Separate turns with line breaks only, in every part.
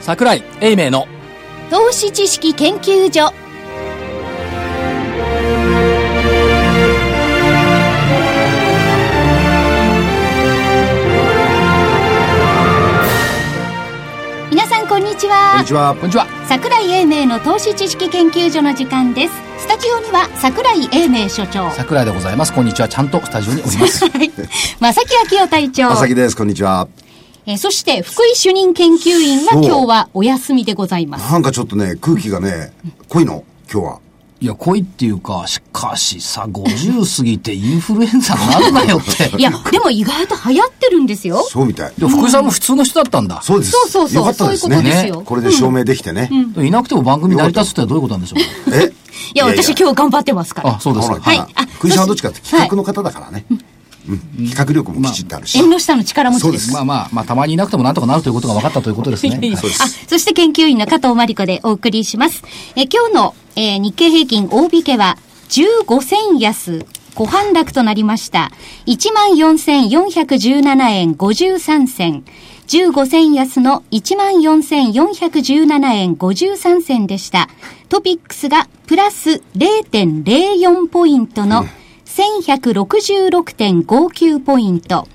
桜井英明の
投資知識研究所皆さんこんにち
こん
は
にちは
こんにちは
桜井英明の投資知識研究所の時間ですスタジオには桜井英明所長
桜井でございますこんにちはちゃんとスタジオにおります
正木昭夫隊長
まさきですこんにちは
えーそして福井主任研究員は
そう
今日はお休みでございます
なんかちょっとね空気がね濃いの今日はい
や 濃いっていうかしかしさ50過ぎてインフルエンザになるなよって
いやでも意外と流行ってるんですよ
そうみたい
でも福井さんも普通の人だったんだ
そうです
そうそうそう
よかったですね
そういうこと
ですよ
ねこれで証明できてね、
でいなくても番組成り立つってのはどういうことなんでしょ う
え
いや私今日頑張ってますから
かあそうです
ほ、
から
はい
ま
あ
あ福井さんは
そ
どっ
し
ちかって企画の方だからね、うん、企画力もきちっとあるし、
縁の下の力持ちです
そう
まあまあまあたまにいなくてもなんとかなるということが分かったということ ですね
いやいや
はい
あ、そして研究員の加藤真理子でお送りします。えー今日の、えー日経平均大引けは15銭安。ご反落となりました。14,417円53銭。15銭安の14,417円53銭でした。トピックスがプラス0.04ポイントの1166.59ポイント。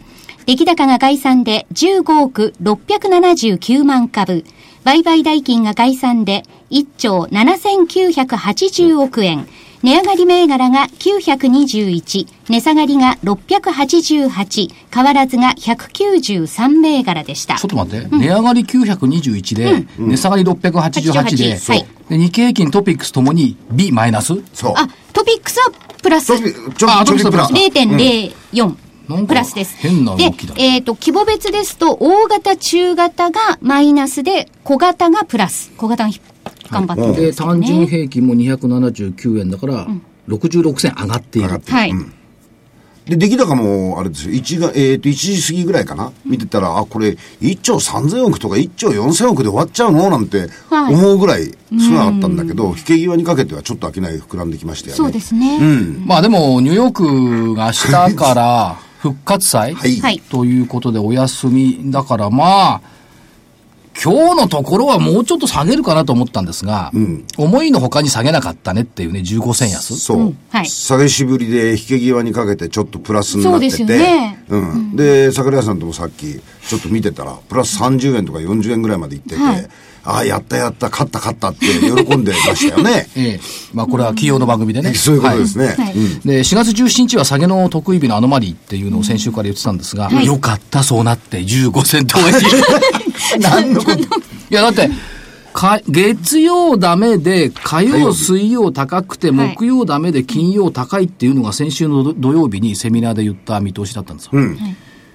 出来高が概算で15億679万株、売買代金が概算で1兆7980億円、値上がり銘柄が921、値下がりが688、変わらずが193銘柄でした
ちょ。っと待って、値上がり921で、値下がり688で、
88はい
で日経平均トピックスともに B マイナス
そう
あ、トピックスはプラス。
ちょびちょ
あ
びちょびプラ
ちょび
0.04。
なんか
プラスです。
変な動きだ
で、えっ、と、規模別ですと、大型、中型がマイナスで、小型がプラス。小型がひ頑張ってるん
で
ですけど
単
ね。
純平均も279円だから、66銭上がっている
上がって
はい。
で出来高もあれですよ1が、えー、と1時過ぎぐらいかな見てたらあこれ1兆3000億とか1兆4000億で終わっちゃうのなんて
はい
思うぐらい少なかったんだけど、引け際にかけてはちょっと商い膨らんできましたよね
そうですね。
まあでもニューヨークが明日 から復活祭、
はい、
はい
ということでお休みだからまあ今日のところはもうちょっと下げるかなと思ったんですが、思いのほかに下げなかったねっていうね15銭安
そう、
うんはい
下げしぶりで引け際にかけてちょっとプラスになってて
そうですよね
うん、で桜井さんともさっきちょっと見てたらプラス30円とか40円ぐらいまでいってて、
はい
ああやったやった勝った勝ったって喜んでましたよ ね
ええまあこれは企業の番組でね、
そういうことですね、
はい
うん
で4月17日は下げの得意日のアノマリーっていうのを先週から言ってたんですが、よかったそうなって15銭投 影何のこといやだってか月曜ダメで火曜水曜高くて
はい
木曜ダメで金曜高いっていうのが先週の土土曜日にセミナーで言った見通しだったんですよ、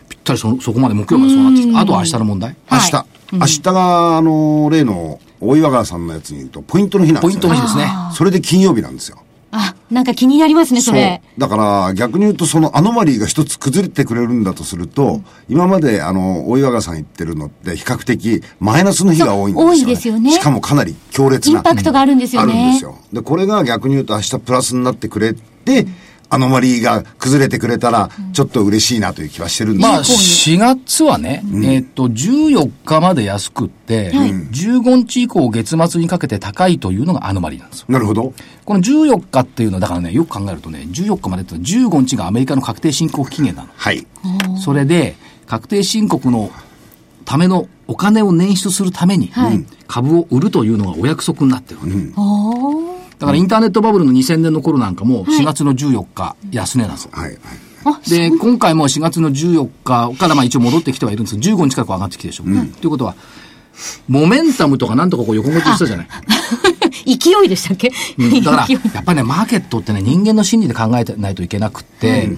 ぴったりそそこまで木曜までそうなってきてあとは明日の問題
明
はい
日、明日があの例の大岩川さんのやつに言うとポイントの日なん
ポ
で
イ
す
ン
よ、
トの日ですね
それで金曜日なんですよ
あ、なんか気になりますね、それ。
うだから逆に言うとそのアノマリーが一つ崩れてくれるんだとすると、今まであの大岩川さん言ってるのって比較的マイナスの日が多いんですよ、ね、
そう多いですよね
しかもかなり強烈
イ
な
ンパクトがあるんですよね。
あるんですよでこれが逆に言うと明日プラスになってくれてアノマリーが崩れてくれたらちょっと嬉しいなという気はしてるんですよ
まあ、4月はね、えーっと、14日まで安くって、15日以降月末にかけて高いというのがアノマリーなんですよ。
なるほど
この14日っていうのは、だからね、よく考えるとね、14日までってのは15日がアメリカの確定申告期限な
はい
の。それで、確定申告のためのお金を捻出するために、
はい
株を売るというのがお約束になってるわけ、
おー
だからインターネットバブルの2000年の頃なんかも4月の14日安値なんですよ。
はいはい
あ、
で、今回も4月の14日から、まあ一応戻ってきてはいるんですけど、15日からこう上がってきてるでしょ。ということは、モメンタムとかなんとかこう横持ちしたじゃない。
勢いでしたっけ、
うんだから
勢い、
やっぱりね、マーケットってね、人間の心理で考えてないといけなくって、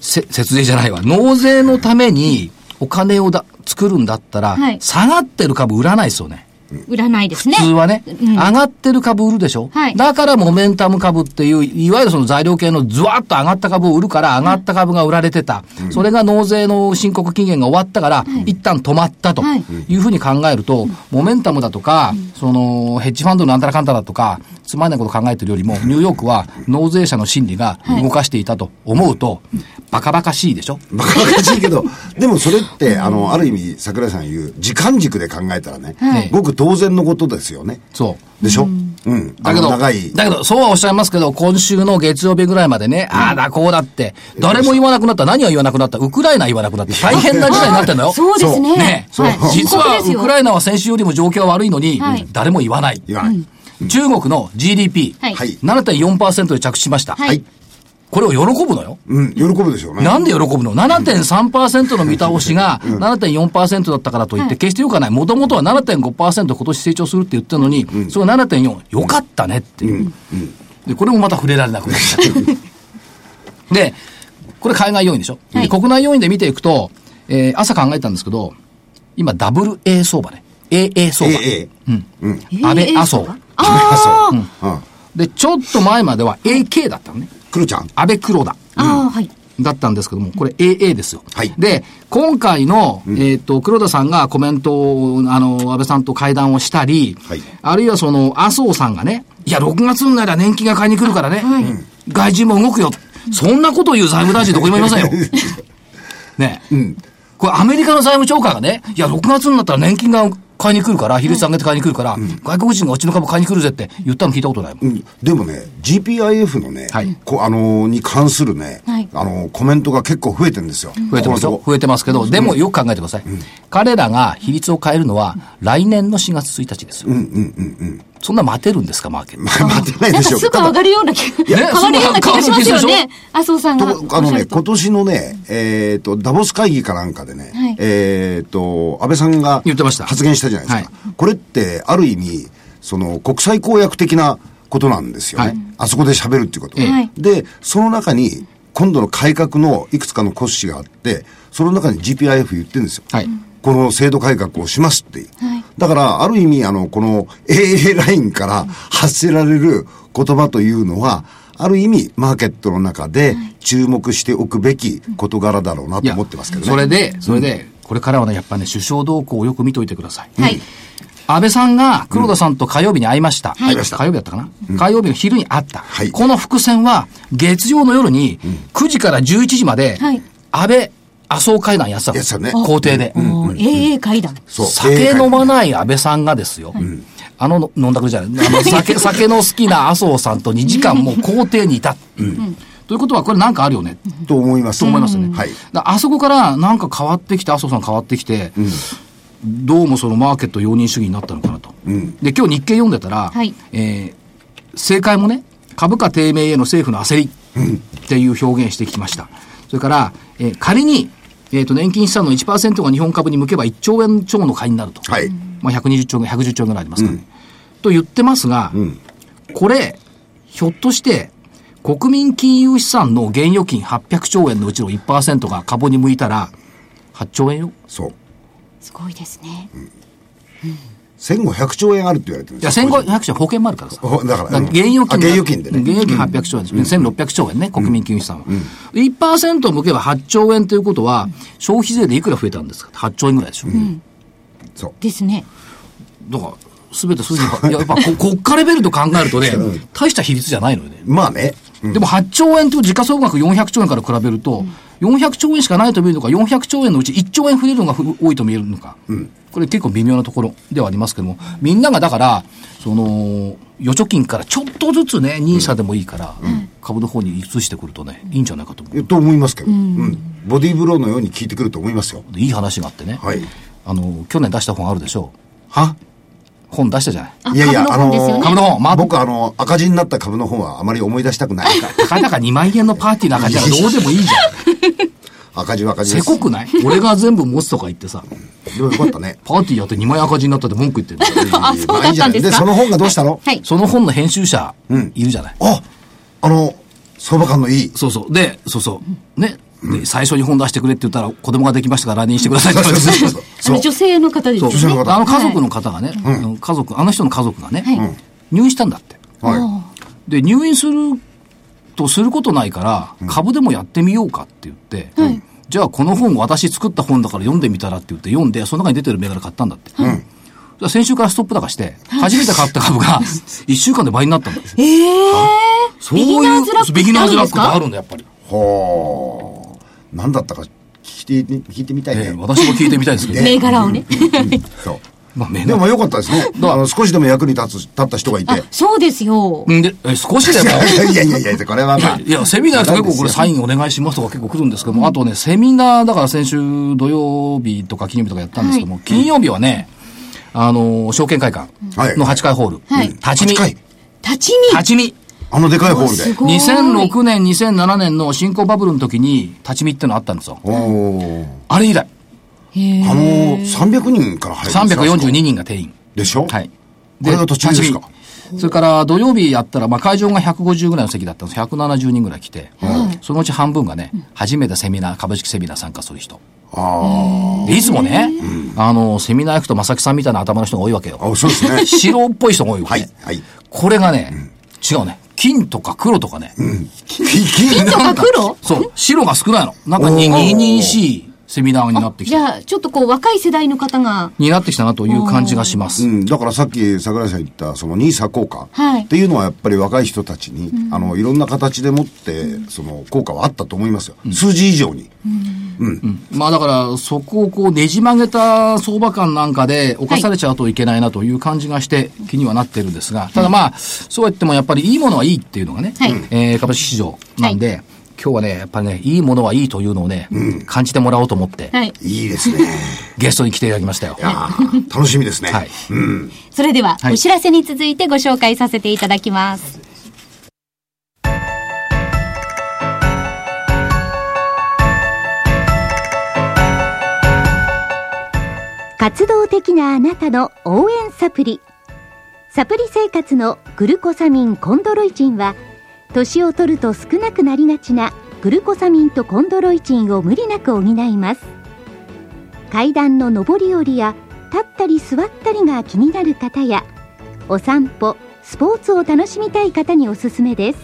せ節税じゃないわ。納税のためにお金をだ作るんだったら、
はい
下がってる株売らないですよね。
売らないですね。
普通はね、
うん
上がってる株売るでしょ、
はい
だからモメンタム株っていう、いわゆるその材料系のズワッと上がった株を売るから、上がった株が売られてた。それが納税の申告期限が終わったから、一旦止まったと
はい
いうふうに考えると、モメンタムだとか、そのヘッジファンドのなんたらかんたらだとか、つまんないこと考えてるよりも、ニューヨークは納税者の心理が動かしていたと思うと、バカバカしいでしょ
バカバカしいけど、でもそれって、あの、ある意味、桜井さん言う、時間軸で考えたらね、
はい
ごく当然のことですよね。
そう。
でしょうん。あ
だけ
の
ど、
長い。
だけど、そうはおっしゃいますけど、今週の月曜日ぐらいまでね、ああだこうだって、誰も言わなくなった、何は言わなくなった、ウクライナ言わなくなった、大変な事態になってんだよ。
そうですね。
ね
そう
はい、
実は、ウク
イ
ライナは先週よりも状況は悪いのに
はい、
誰も言わない。
いや、はい。
中国の GDP、
はい
はい
7.4%で着地しました。
はい。
これを喜ぶのよ。
うん、喜ぶでしょうね。
なんで喜ぶの ?7.3% の見倒しが7.4%だったからといっ
は
て、
い
決して良くはない。もともとは7.5%今年成長するって言ってるのに、それが7.4、良かったねっていう。で、これもまた触れられなくなっちゃう。で、これ海外要因でしょ、
は
で
い
国内要因で見ていくと、えー朝考えたんですけど、今 WA 相場ね。AA 相
ええ、
場。
ええ。うん。うん。
安倍麻生。
あー
うん。
で、ちょっと前までは AK だったのね。
くるちゃん。
安倍黒田。
あー、はい。
だったんですけども、これ AA ですよ。
はい
で、今回の、えっ、と、黒田さんがコメントを、あの、安倍さんと会談をしたり、
はい
あるいはその、麻生さんがね、いや、6月になら年金が買いに来るからね、外人も動くよ。そんなこと言う財務大臣どこにもいません よ。ねえ。これアメリカの財務長官がね、いや、6月になったら年金が買いに来るから、比率上げて買いに来るから、外国人がうちの株買いに来るぜって言ったの聞いたことないもん。
うん、でもね、GPIF のね、
はい
こあのーに関するね、
はい
あのーコメントが結構増えてるんですよ。
増えてますよ
ここ。のとこ
増えてますけど、でもよく考えてください。彼らが比率を変えるのは、来年の4月1日ですよ。そんな待てるんですか、マーケット。
ま あ待ってない
なんか
でしょう
す
け
ぐ
ど
上がるような気が、変わるような気がしますよね。麻生さんがおっしゃる
と
と。
あのね、今年のね、えっ、と、ダボス会議かなんかでね、
はい
えっ、と、安倍さんが
言ってました
発言したじゃないですか。これって、ある意味、その、国際公約的なことなんですよね。
はい
あそこで喋るっていうことは、
ええ
で、その中に、今度の改革のいくつかの骨子があって、その中に GPIF 言ってるんですよ。
はい。
この制度改革をしますっていう。
はい
だから、ある意味、あの、この AA ラインから発せられる言葉というのは、ある意味、マーケットの中で注目しておくべき事柄だろうないと
や
思ってますけどね。
それで、それで、これからはね、やっぱね、首相動向をよく見といてください。
はい。
安倍さんが黒田さんと火曜日に会いました。
はい会いま
した
火曜日だったかな、火曜日の昼に会った。
はい
この伏線は、月曜の夜に、9時から11時まで、
はい
安倍、麻生会談やってたの
やってたね
校庭で。
もう AA 会談。
そう
酒飲まない安倍さんがですよ、あの飲んだくれじゃない、あの酒酒の好きな麻生さんと2時間もう校庭にいた。ということは、これなんかあるよね。
と思います。と思いますね。はい。
だあそこからなんか変わってきて、麻生さん変わってきて、どうもそのマーケット容認主義になったのかなと。で、今日日経読んでたら、
はい
えー政界もね、株価低迷への政府の焦りっていう表現してきました。それから、えー仮に、えーと、年金資産の1%が日本株に向けば1兆円超の買いになると。
はい。
まあ、120兆円、110兆円ぐらいありますからね。と言ってますが、これ、ひょっとして、国民金融資産の現預金800兆円のうちの1%が株に向いたら、8兆円よ。
そう。
すごいですね。
1500兆円あるって言われてる
い
ん
や、
ですよ。
1500兆円保険もあるからさ。
ほだから、
だか
うん
ら現預金が
あ現預金でね。
現預金800兆円ですね。1600兆円ね、国民金融資産は。1%を向けば8兆円ということは、消費税でいくら増えたんですか ?8 兆円ぐらいでしょ。
そう。
ですね。
だから、すべて数字 が、いややっぱこ国家レベルと考えるとね、大した比率じゃないのよね。
まあね。
でも8兆円と時価総額400兆円から比べると、400兆円しかないと見えるのか、400兆円のうち1兆円増えるのがふ多いと見えるのか、これ結構微妙なところではありますけども、みんながだから、その、預貯金からちょっとずつね、ニーサでもいいから、株の方に移してくるとね、いいんじゃないかと思う。
と思いますけど。うん。ボディーブローのように効いてくると思いますよ。
でいい話があってね、
はい。
あの、去年出した本あるでしょ
は
う。本出したじゃない。
あ、
いやいや
株の本ですよ
あ
ね。
株の本、まあ、
僕あの、赤字になった株の方はあまり思い出したくない。
たかだか2万円のパーティーなんかじゃどうでもいいじゃん。
赤字は赤字で
せこ
す。
くない俺が全部持つとか言ってさ。
でもよかったね。
パーティーやって2枚赤字になったって文句言ってるんだよ
あ、そうだったんです
で、
か。
その本がどうしたの
はい。
その本の編集者、いるじゃない。
ああの、相場感のいい。
そうそう。で、そうそう。ね。で、最初に本出してくれって言ったら、子供ができましたから来年してくださいって言われて
そうそう
あの女性の方です
そう
ね。
女性の方
あの家族の方がね、あの家族、あの人の家族がね、
はい
うん入院したんだって。
は
で、入院するとすることないから、株でもやってみようかって言って、じゃあこの本私作った本だから読んでみたらって言って読んで、その中に出てる銘柄買ったんだって。ら先週からストップ高して、初めて買った株が1週間で倍になったんですよ。
えー、ビギナーズラック
ビギナーズラックってあるんだ、やっぱり。
はあ。なんだったか聞いて、聞いてみたいね。
えー、私も聞いてみたいですけど。
銘柄をね。
そう。まあ、でもよかったですね。あの少しでも役に立つ、立った人がいて。
そうですよ。
で、え少しで も。
いやいやいや、これはまあ。
いや、セミナー結構これサインお願いしますとか結構来るんですけども、あとね、セミナー、だから先週土曜日とか金曜日とかやったんですけども、はい、金曜日はね、あの、証券会館の8階ホール。はい。立ち見。立
ち見
立ち見。
あのでかいホールで。
2006年、2007年の新興バブルの時に立ち見ってのあったんですよ。あれ以来。
あの、300人から入
るんですか ?342 人が定員。
でしょ
はい。
で、これが途中ですか
それから土曜日やったら、まあ、会場が150ぐらいの席だったんです170人ぐらい来て、はい、そのうち半分がね、初めてセミナー、株式セミナー参加する人。
あ
いつもね、あの、セミナー行くと正木さんみたいな頭の人が多いわけよ。
あ、そうですね。
白っぽい人が多いわ
け。はい。はい、
これがね、違うね。金とか黒とかね。
うん、
金とか黒
そう。白が少ないの。なんか2、2、4、セミナーになってき
た。じゃあ、ちょっとこう、若い世代の方が。
になってきたなという感じがします。
うん、だからさっき桜井さん言った、その NISA 効果、
はい、
っていうのはやっぱり若い人たちに、うん、あの、いろんな形でもって、その効果はあったと思いますよ。うん、数字以上に。
うん。うん、まあだから、そこをこう、ねじ曲げた相場感なんかで、犯されちゃうといけないなという感じがして、気にはなってるんですが、ただまあ、そうやってもやっぱりいいものはいいっていうのがね、
はい、
えー、株式市場なんで、はい今日はね、やっぱりね、いいものはいいというのをね、うん、感じてもらおうと思って、
はい、
いいですね。
ゲストに来ていただきましたよ。
いや楽しみですね。
はい、
うん、
それでは、はい、お知らせに続いてご紹介させていただきます。活動的なあなたの応援サプリ。サプリ生活のグルコサミンコンドロイチンは、年を取ると少なくなりがちなグルコサミンとコンドロイチンを無理なく補います階段の上り下りや立ったり座ったりが気になる方やお散歩スポーツを楽しみたい方におすすめです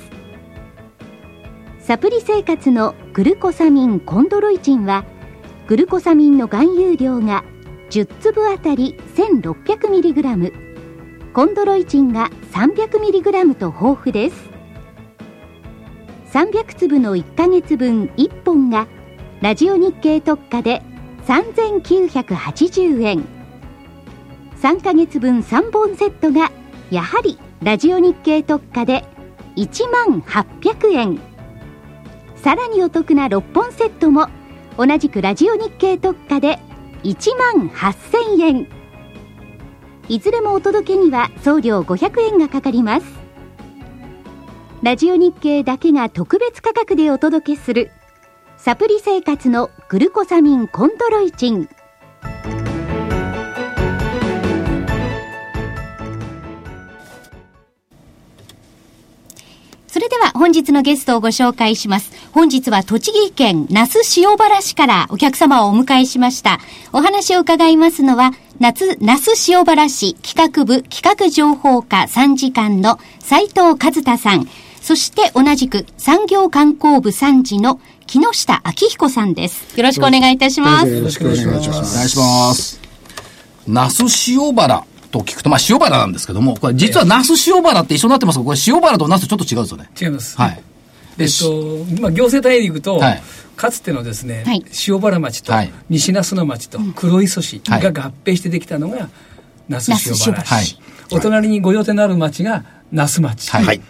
サプリ生活のグルコサミンコンドロイチンはグルコサミンの含有量が10粒あたり 1600mg コンドロイチンが 300mg と豊富です300粒の1ヶ月分1本がラジオ日経特価で3980円3ヶ月分3本セットがやはりラジオ日経特価で1万800円さらにお得な6本セットも同じくラジオ日経特価で1万8000円いずれもお届けには送料500円がかかりますラジオ日経だけが特別価格でお届けするサプリ生活のグルコサミンコンドロイチンそれでは本日のゲストをご紹介します。本日は栃木県那須塩原市からお客様をお迎えしました。お話を伺いますのは、夏、那須塩原市企画部企画情報課参事官の斉藤和太さん。そして同じく産業観光部参事の木下明彦さんです。よろしくお願いいたします。
よろしくお願いします。
お願いします。那須塩原と聞くと、まあ塩原なんですけども、これ実は那須塩原って一緒になってますが、これ塩原と那須ちょっと違うんですよね。
違います。
はい。
えっと、まあ行政単位でいくと、はい、かつてのですね、はい、塩原町と西那須野町と黒磯市が合併してできたのが那須塩原市。お隣に御用邸のある町が那須町。
はい。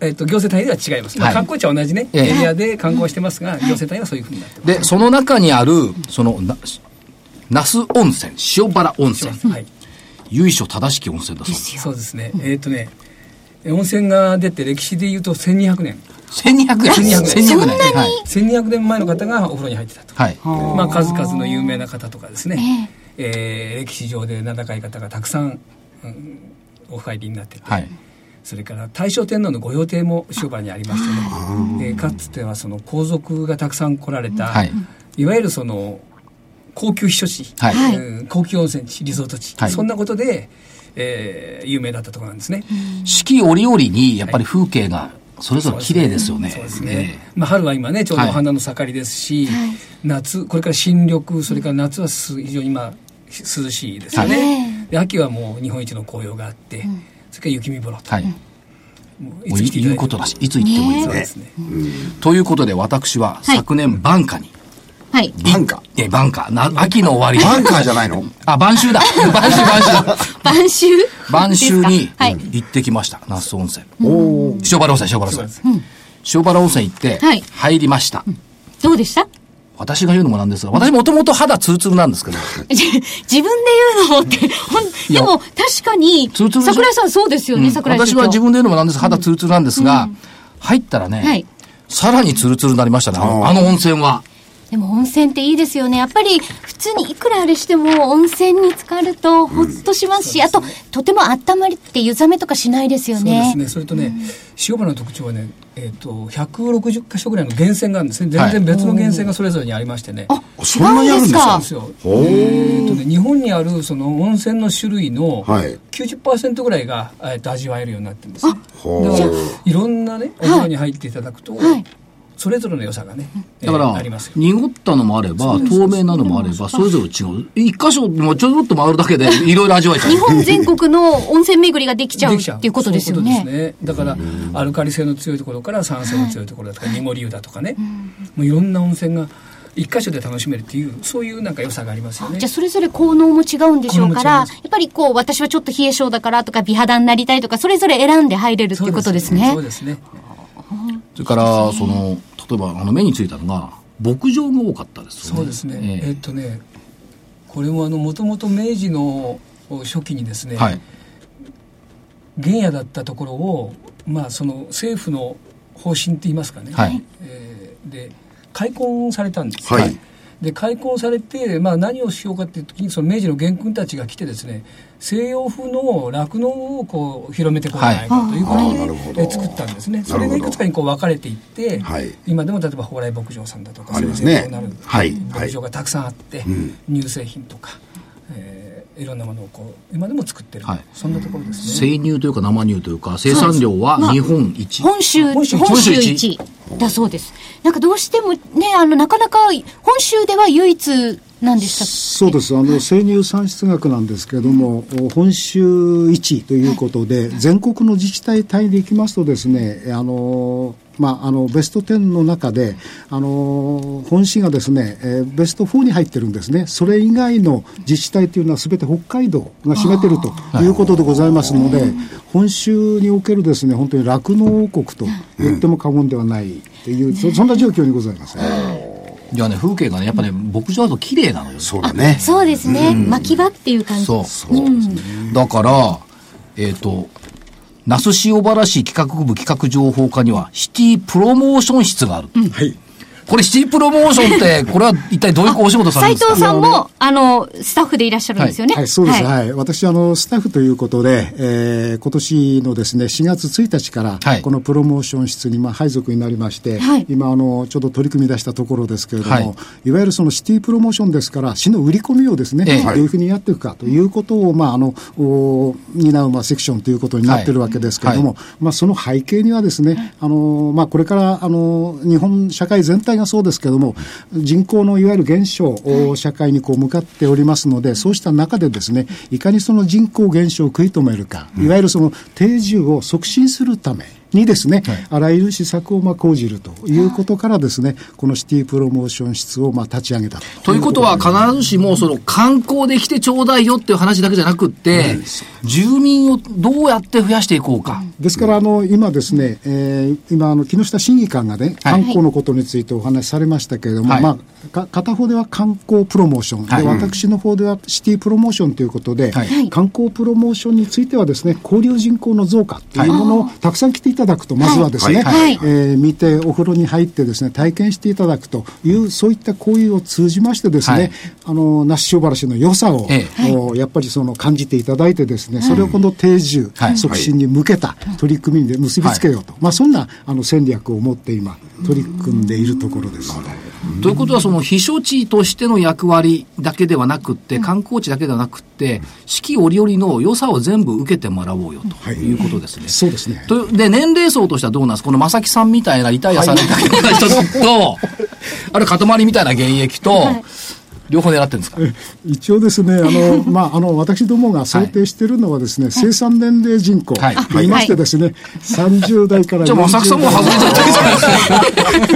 えっと、行政単位では違います、まあ、観光地は同じね、エリアで観光してますが、行政単位はそういうふうになってます
でその中にあるその那須温泉塩原温泉、
はい、。
由緒正しき温泉だそうです
そうですね。えっ、ー、とね、温泉が出て歴史で言うと1200年。
1200年
?1200 年。
千二百年。
はい、1200年前の方がお風呂に入ってたと。
はい。
まあ数々の有名な方とかですね、えー、えー、歴史上で名高い方がたくさん、うん、お入りになってて。
はい。
それから大正天皇の御用邸も塩原にありましてね、えー、かつてはその皇族がたくさん来られた、
はい、
いわゆるその高級避暑地、
はい
うん、高級温泉地リゾート地、はい、そんなことで、えー、有名だったところなんですね、
四季折々にやっぱり風景がそれぞれ綺麗ですよね、
そうですね、まあ、春は今ねちょうどお花の盛りですし、はい、夏これから新緑それから夏は非常に今涼しいですよね、で秋はもう日本一の紅葉があって、うん、それから雪見風呂と。はい
もうい言うことだし、いつ行ってもいいですね。ということで、私は昨年、バンカに。
はい。
バンカ
え、バンカな、秋の終わり。
バンカじゃないの
あ、晩秋だ。晩秋、晩
秋。晩秋
晩秋に行ってきました。那須温泉。お塩原温泉、塩原温泉。塩原温泉行って、入りました。
どうでした
私が言うのもなんですが、私もともと肌ツルツルなんですけど。
自分で言うのもって、ほん、でも確かに、ツルツル桜井さんそうですよね、桜井
さん。私は自分で言うのもなんですが、肌ツルツルなんですが、入ったらね、さらにツルツルになりましたね、あの温泉は。
でも温泉っていいですよね。やっぱり普通にいくらあれしても温泉に浸かるとほっとしますし、あととても温まりって湯冷めとかしないですよね。
そうですね。それとね、塩原の特徴はね、えっ、と160箇所ぐらいの源泉があるんですね。全然別の源泉がそれぞれにありましてね。
あ、違うんですか。
そうですよ。えっとね、日本にあるその温泉の種類の90%ぐらいが、えー、と味わえるようになってるんですね。だからいろんなねお風呂に入っていただくと。それぞれの良さがね、
だから、濁ったのもあれば、透明なのもあれば、それぞれ違う。一箇所、もちょっと回るだけで、いろいろ味わえちゃう。
日本全国の温泉巡りができちゃうっていうことですよね。
ううねだから、アルカリ性の強いところから酸性の強いところだとか、濁り湯だとかね、もういろんな温泉が、一箇所で楽しめるっていうそういうなんか良さがありますよね
じゃあそれぞれ効能も違うんでしょうからやっぱりこう私はちょっと冷え性だからとか美肌になりたいとかそれぞれ選んで入れるっていうことですね
そうですね
それから、その、例えば、あの、目についたのが、牧場が多かったです
よね。そうですね。えー、っとね、これもあの、もともと明治の初期にですね、はい、原野だったところを、まあ、その政府の方針って言いますかね、はい、えー、で、開墾されたんです。はい。で開墾されて、まあ、何をしようかっていう時にその明治の元君たちが来てですね西洋風の酪農をこう広めてこないかということで、はい、作ったんですねそれがいくつかにこう分かれていって、はい、今でも例えば蓬莱牧場さんだとか
ありますね
なる牧場がたくさんあって、はい、乳製品とか。えーいろんなものをこう今でも作ってる、はい、そんなところです
ね生乳というか生乳というか生産量は日本一、
本州本州一だそうですなんかどうしてもねあのなかなか本州では唯一なんでした
そうですあの生乳産出額なんですけれども、本州一ということで、全国の自治体単位でいきますとですねあのまあ、あのベスト10の中で、あの本市がですね、えー、ベスト4に入ってるんですね、それ以外の自治体というのは、すべて北海道が占めてるということでございますので、本州におけるですね本当に酪農王国と言っても過言ではないという、そんな状況にございます、ね。
いやね、風景がね、やっぱね、牧場だと綺麗なのよ。
そうだね。
そうですね。うん、巻き場っていう感じ。
そう。そうだから、えっ、と、那須塩原市企画部企画情報課にはシティプロモーション室がある。うん、はい。これシティプロモーションって、 これは一体どういうお仕事されるんです
か藤さんも、あの、スタッフでいらっしゃるんですよね。
はい、はい、そうです。はい。私、あの、スタッフということで、えー、今年のですね、4月1日から、はい、このプロモーション室に、まあ、配属になりまして、はい、今、あの、ちょっと取り組み出したところですけれども、はい、いわゆるそのシティプロモーションですから、市の売り込みをですね、えー、どういうふうにやっていくかということを、まあ、あの、お担う、まあ、セクションということになってるわけですけれども、まあ、その背景にはですね、あの、まあ、これから、あの、日本社会全体がそうですけども、人口のいわゆる減少、社会にこう向かっておりますので、そうした中でですね、いかにその人口減少を食い止めるか、いわゆるその定住を促進するため、にですね、はい、あらゆる施策をまあ講じるということからですね、このシティプロモーション室をまあ立ち上げた
ということは、必ずしもその観光で来てちょうだいよっていう話だけじゃなくて、住民をどうやって増やしていこうか。
ですから、あの、今ですね、えー、今、あの、木下審議官がね、観光のことについてお話しされましたけれども、はい、まあ、片方では観光プロモーション、はい、で私の方ではシティプロモーションということで、観光プロモーションについてはですね、交流人口の増加というものをたくさん来ていただいただくと、まずはですね、えー、見て、お風呂に入ってですね、体験していただくという、そういった行為を通じましてですね、はい、あの、那須塩原市の良さを、ええ、やっぱりその感じていただいてですね、それを今度定住、促進に向けた取り組みで結びつけようと、まあそんなあの戦略を持って今、取り組んでいるところです。
ということは、その避暑地としての役割だけではなくて、観光地だけではなくて、四季折々の良さを全部受けてもらおうよということですね。
そうですね。
とで、年齢層としてはどうなんですかこの正木さんみ たいなリタイアされた人と、ある塊みたいな現役と、両方狙ってるんですか
一応ですね、あ の、まあ、あの、私どもが想定しているのはですね、生産年齢人口、はい、いましてですね、はい、30代から
じゃあ、浅草も外れちゃったじ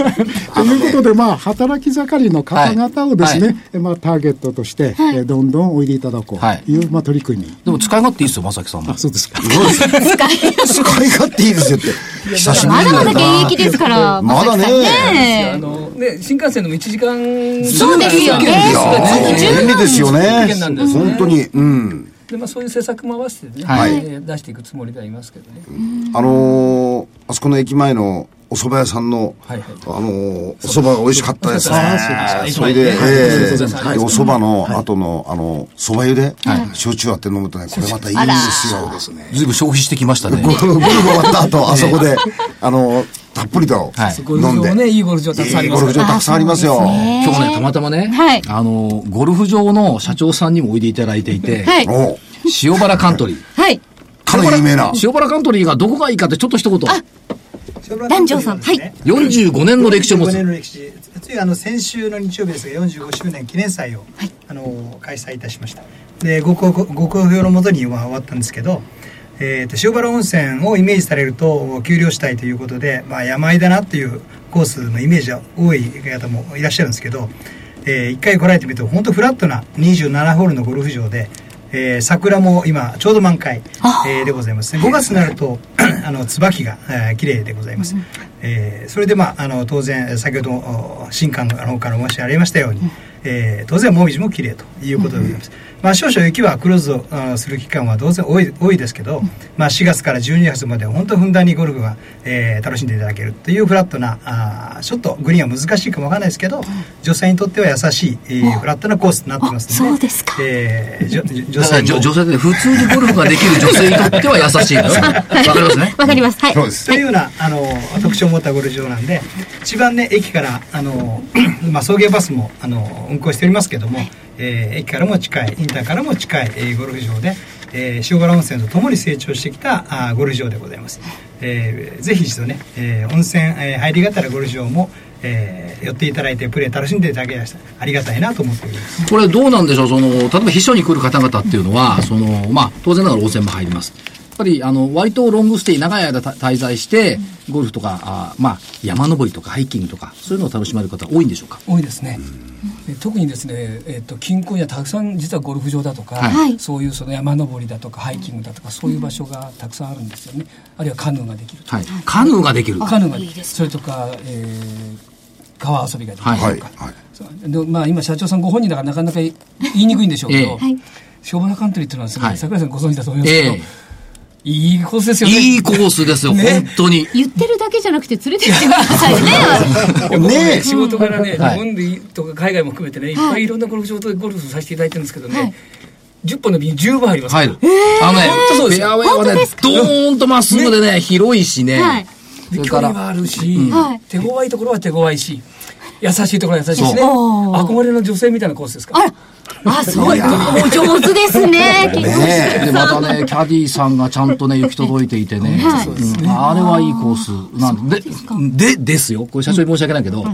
ゃ
ないですか。ということで、まあ、働き盛りの方々をですね、まあ、ターゲットとして、えどんどんおいでいただこうという、まあ、取り組み。
でも、使い勝手いいですよ、正木さんも。
そうですか。
使い勝手いいですよって。久しぶ
ま
り
だまだ現役ですから。
まだね。
あの、ね、新幹線でも1時間
そうですよね。
便利ですよね。本当に。うん。
でまあ、そういう政策も合わせてね、はい、出していくつもりでありますけどね。
あのあそこの駅前のお蕎麦屋さんの、あの、お蕎麦が美味しかったですね。それで、お蕎麦の後の、あの、蕎麦湯で、焼酎割って飲むとね、これまたいいんですよ。
ずいぶん消費してきましたね。
ゴルフ終わった後、あそこで、あの、たっぷりと飲んで。
ね、いいゴルフ場たくさんあります
ゴルフ場たくさんありますよ。
今日ね、たまたまね、あの、ゴルフ場の社長さんにもおいでいただいていて、塩原カントリー。
はい。
かの有名な。
塩原カントリーがどこがいいかってちょっと一言。
男女さん、はい。
45年の歴史を持つ。
45年の歴史。ついあの先週の日曜日ですが、45周年記念祭を、はい、あの開催いたしました。で、ごごご好評のもとには終わったんですけど、えーと、と塩原温泉をイメージされると丘陵地帯ということで、まあ、山あいだなっていうコースのイメージは多い方もいらっしゃるんですけど、えー、一回来られてみると本当フラットな27ホールのゴルフ場でえー、桜も今ちょうど満開、えー、でございます5月になると あの椿が、えー、綺麗でございます、うん、えー、それでまああの当然先ほど新館の方から申し上げましたように、うん、えー、当然もみじも綺麗ということでございます、うん、まあ、少々雪はクローズあする期間は当然多い多いですけど、まあ、4月から12月まで本当ふんだんにゴルフが、えー、楽しんでいただけるというフラットなあちょっとグリーンは難しいかもわからないですけど女性にとっては優しい、えー、フラットなコースになってます
のでそうですか、
えー、じょ
女性女女性で普通にゴルフができる女性にとっては優しいのよ。わかりますね。
わかります。はい。
そうです。
というようなあの特徴を持ったゴルフ場なんで、一番ね駅からあの まあ送迎バスもあの運行しておりますけども、えー、駅からも近いインターからも近い、えー、ゴルフ場で、えー、塩原温泉とともに成長してきたあゴルフ場でございます。えー、ぜひ一度ね、えー、温泉、えー、入りがたらゴルフ場も。えー、寄っていただいてプレー楽しんでいただけたらありがたいなと思っております
これどうなんでしょうその例えば秘書に来る方々っていうのはその、まあ、当然ながら温泉も入りますやっぱりあの割とロングステイ長い間滞在してゴルフとかあ、まあ、山登りとかハイキングとかそういうのを楽しまれる方多いんでしょうか
多いですね特にですね、えーと、と近郊にはたくさん実はゴルフ場だとか、はい、そういうその山登りだとかハイキングだとかそういう場所がたくさんあるんですよねあるいはカヌーができる、
はい、カヌーができる
カヌーができるそれとか、えー、川遊びができるとか、はいはいまあ、今社長さんご本人だからなかなか言いにくいんでしょうけど、えー、塩原カントリーっていうのはですね、はい、桜井さんご存知だと思いますけど、えーいいコースですよね。
いいコースですよ、ね、本当に。
言ってるだけじゃなくて連れてきてくださいね。
ね仕事からね、日本でとか海外も含めてね、いっぱいいろんなゴルフ場でゴルフさせていただいてるんですけどね。はい10本の瓶10番あります。
入る。あのね、フェアウェイはね、ドーンとまっすぐでね、広いしね。
距離はあるし、手強いところは手強いし、優しいところは優しいしね。憧れの女性みたいなコースですから。
あ、すごい。お上手ですね。
で、またね、キャディーさんがちゃんとね、行き届いていてね。あれはいいコースなんで、で、ですよ。これ社長に申し訳ないけど、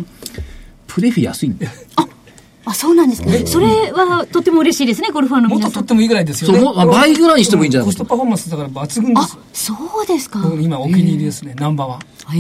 プレフィ安いんだよ。
あ、そうなんですね。それはとても嬉しいですね、ゴルファーの皆
さん。もっととってもいいぐらいですよね。
倍ぐらいにしてもいいんじゃない
コストパフォーマンスだから抜群です。
そうですか。
今お気に入りですね、ナンバーワン。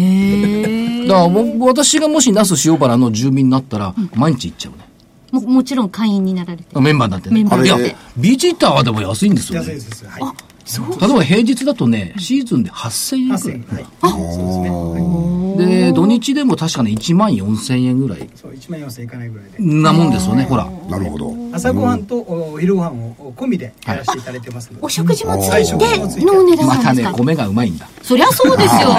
へえ。だから私がもし那須塩原の住民になったら、毎日行っちゃうね。
ももちろん会員になられて
メンバーになってねいやビジターはでも安いんですよね安いですはい例えば平日だとねシーズンで8000円ぐらいそうですねで土日でも確かね1万4000円ぐらい
そう1万4000円いかないぐらいで
なもんですよねほら
なるほど
朝ごはんとお昼ごはんを込みでやらせていただいてますので
お食事もついてのお値段
またね米がうまいんだ
そりゃそうですよ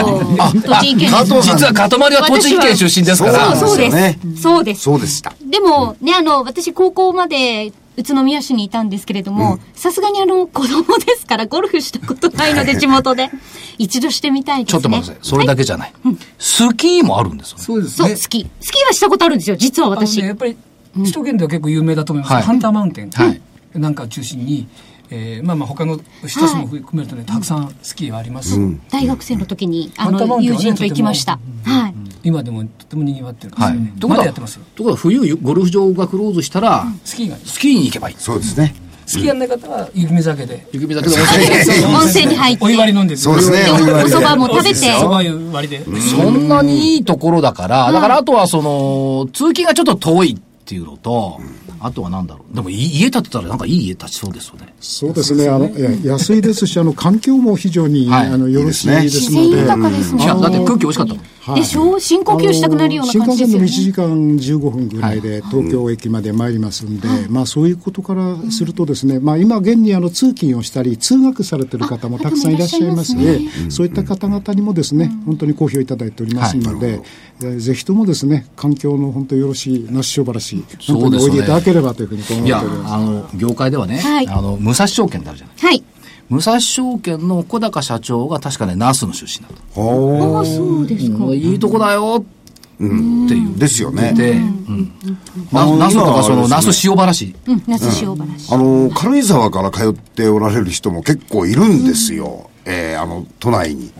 栃木県
実はかとまりは栃木県出身ですから
そうですそうです
そうでした
でもねあの私高校まで宇都宮市にいたんですけれども、さすがにあの、子供ですからゴルフしたことないので、地元で。一度してみたいです
ね。ちょっと待ってください。それだけじゃない。スキーもあるんですよね。
そうですね。
スキー。スキーはしたことあるんですよ、実は私。
やっぱり、首都圏では結構有名だと思います。ハンターマウンテンなんかを中心に、えー、まあまあ他の施設も含めるとね、たくさんスキーはあります。
大学生の時に、あの、友人と行きました。はい。
今でもとても賑わってるんですよね、はい、まだやってますよ
ところが冬ゴルフ場がクローズしたら、
スキーが
スキーに行けばいい
そうですね、
好きやんない方は雪見酒で。
雪見酒で
温泉に入って。
お湯割り飲んで。
そうですね。
おそばも食べて。
おば湯割りで。
そんなにいいところだから、だからあとはその、通勤がちょっと遠いっていうのと、あとはなんだろう。でも家建てたらなんかいい家建ちそうですよね。
そうですね。あの、安いですし、あの、環境も非常に、あの、よろしいですので。
豊かですね。
だって空気美味しかったもん。。
でしょう、深呼吸したくなるような
新幹線でも1時間15分ぐらいで東京駅まで参りますんで、まあ、そういうことからするとですね、まあ、今現にあの通勤をしたり通学されてる方もたくさんいらっしゃいますのでそういった方々にもですね本当に好評いただいておりますので、ぜひともですね環境の本当よろしい那須塩原市本当においでいただければというふうに思っております
業界ではね、あの武蔵証券ってあるじゃない
はい
武蔵証券の小高社長が確かね、ナースの出身だ
と。ああ、そうですか。
いいとこだよ。うん、っていう。
ですよね。
で、うん。ナスとか、その、ナス塩原市。
うん、ナス塩原市。
あの、軽井沢から通っておられる人も結構いるんですよ。えー、あの、都内に。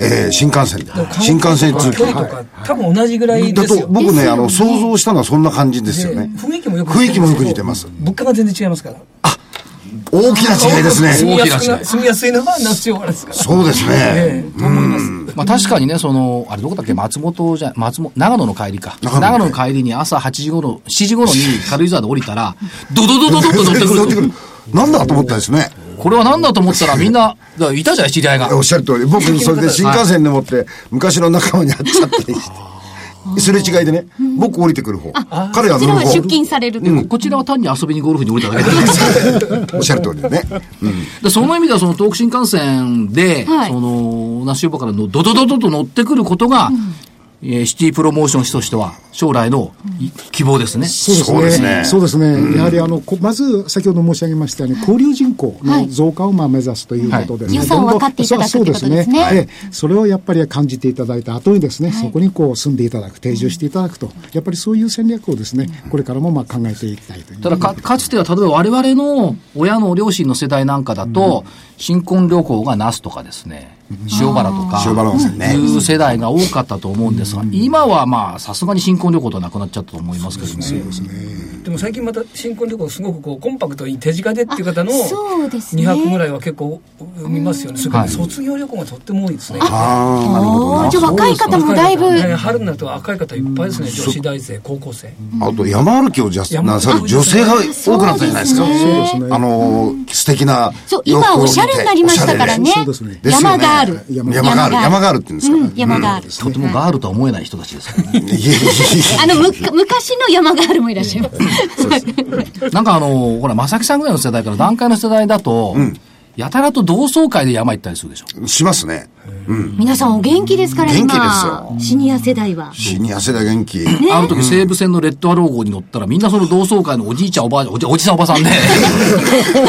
えー、新幹線で。新幹線通勤。
多分同じぐらいだと、
僕ね、あの、想像したのはそんな感じですよね。
雰囲気もよく
雰囲気もよく似てます。
物価が全然違いますから。
あ大きな違いですね。
住みやすいのは夏用ですから。
そうですね。
と思います。
まあ確かにね、その、あれどこだっけ、松本じゃ、松本、長野の帰りか。長野の帰りに朝8時頃、7時頃に軽井沢で降りたら、ドドドドドと乗ってくる。
なんだと思ったですね。
これは何だと思ったらみんな、いたじゃない、知り合いが。
おっしゃる通り。僕、それで新幹線でもって、昔の仲間に会っちゃって。すれ違いでね、僕降りてくる方。彼は
乗る方。出勤される、
うん、こちらは単に遊びにゴルフに降りただけだ
けおっしゃる通りでね。
うん、でその意味では、その東北新幹線で、はい、その、那須塩原からのドドドドと乗ってくることが、うんえシティプロモーション誌としては、将来の希望ですね。
そうですね。そうですね。やはり、あの、まず、先ほど申し上げましたように、交流人口の増加をまあ目指すということです
ね。予算を分かっていただくということですね。
で、それをやっぱり感じていただいた後にですね、そこにこう住んでいただく、定住していただくと、やっぱりそういう戦略をですね、これからもまあ考えていきたいという。
ただか、かつては、例えば我々の親の両親の世代なんかだと、新婚旅行が那須とかですね、塩原とか、
塩原温泉ね。
いう世代が多かったと思うんですが、今はまあ、さすがに新婚旅行とはなくなっちゃったと思いますけども。
そうですね。
でも最近また新婚旅行すごくこう、コンパクトに手近でっていう方の、
そうですね。
2泊ぐらいは結構見ますよね。それから卒業旅行がとっても多いですね。
ああ、なるほど。じゃ若い方もだいぶ。
春になると若い方いっぱいですね。女子大生、高校生。
あと山歩きをじゃなさる女性が多くなったじゃないですか。そうですね。あの、素敵な。
そう、今おしゃれになりましたからね。山がある。
山ガール。山ガールって言うんですか、ね
山ガール。
とてもガールとは思えない人たちですからね。。
あの、む、昔の山ガールもいらっしゃいます
なんかあの、ほら、正木さんぐらいの世代から、段階の世代だと、やたらと同窓会で山行ったりするでしょ
しますね。
皆さんお元気ですから
元気ですよ。
シニア世代は。
シニア世代 元気。
あの時西武線のレッドアロー号に乗ったらみんなその同窓会のおじいちゃんおばあちゃん、おじさんおば さんで、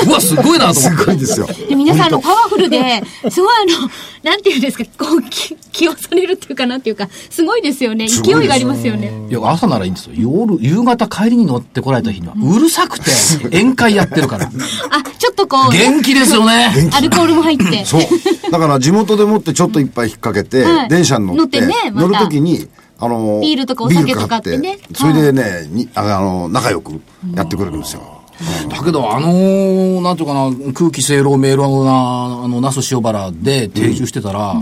うわ、すごいなと思って。
すごいですよ。
で皆さんのパワフルで、すごいあの、なんていうんですか、こう、き起用されるっていうかなんていうか、すごいですよね。勢いがありますよね。
いや、朝ならいいんですよ。夜、夕方帰りに乗ってこられた日には、うるさくて、宴会やってるから。
あ、ちょっとこう。
元気ですよね。
アルコールも入って。
そう。だから地元でもってちょっといっぱい引っ掛けて、電車に乗って、乗るときに、あの、
ビールとかお酒とかってね。
それでね、にあの、仲良くやってくれるんですよ。。
だけど、あのなんていうかな、空気清浪明朗な、あの、那須塩原で定住してたら、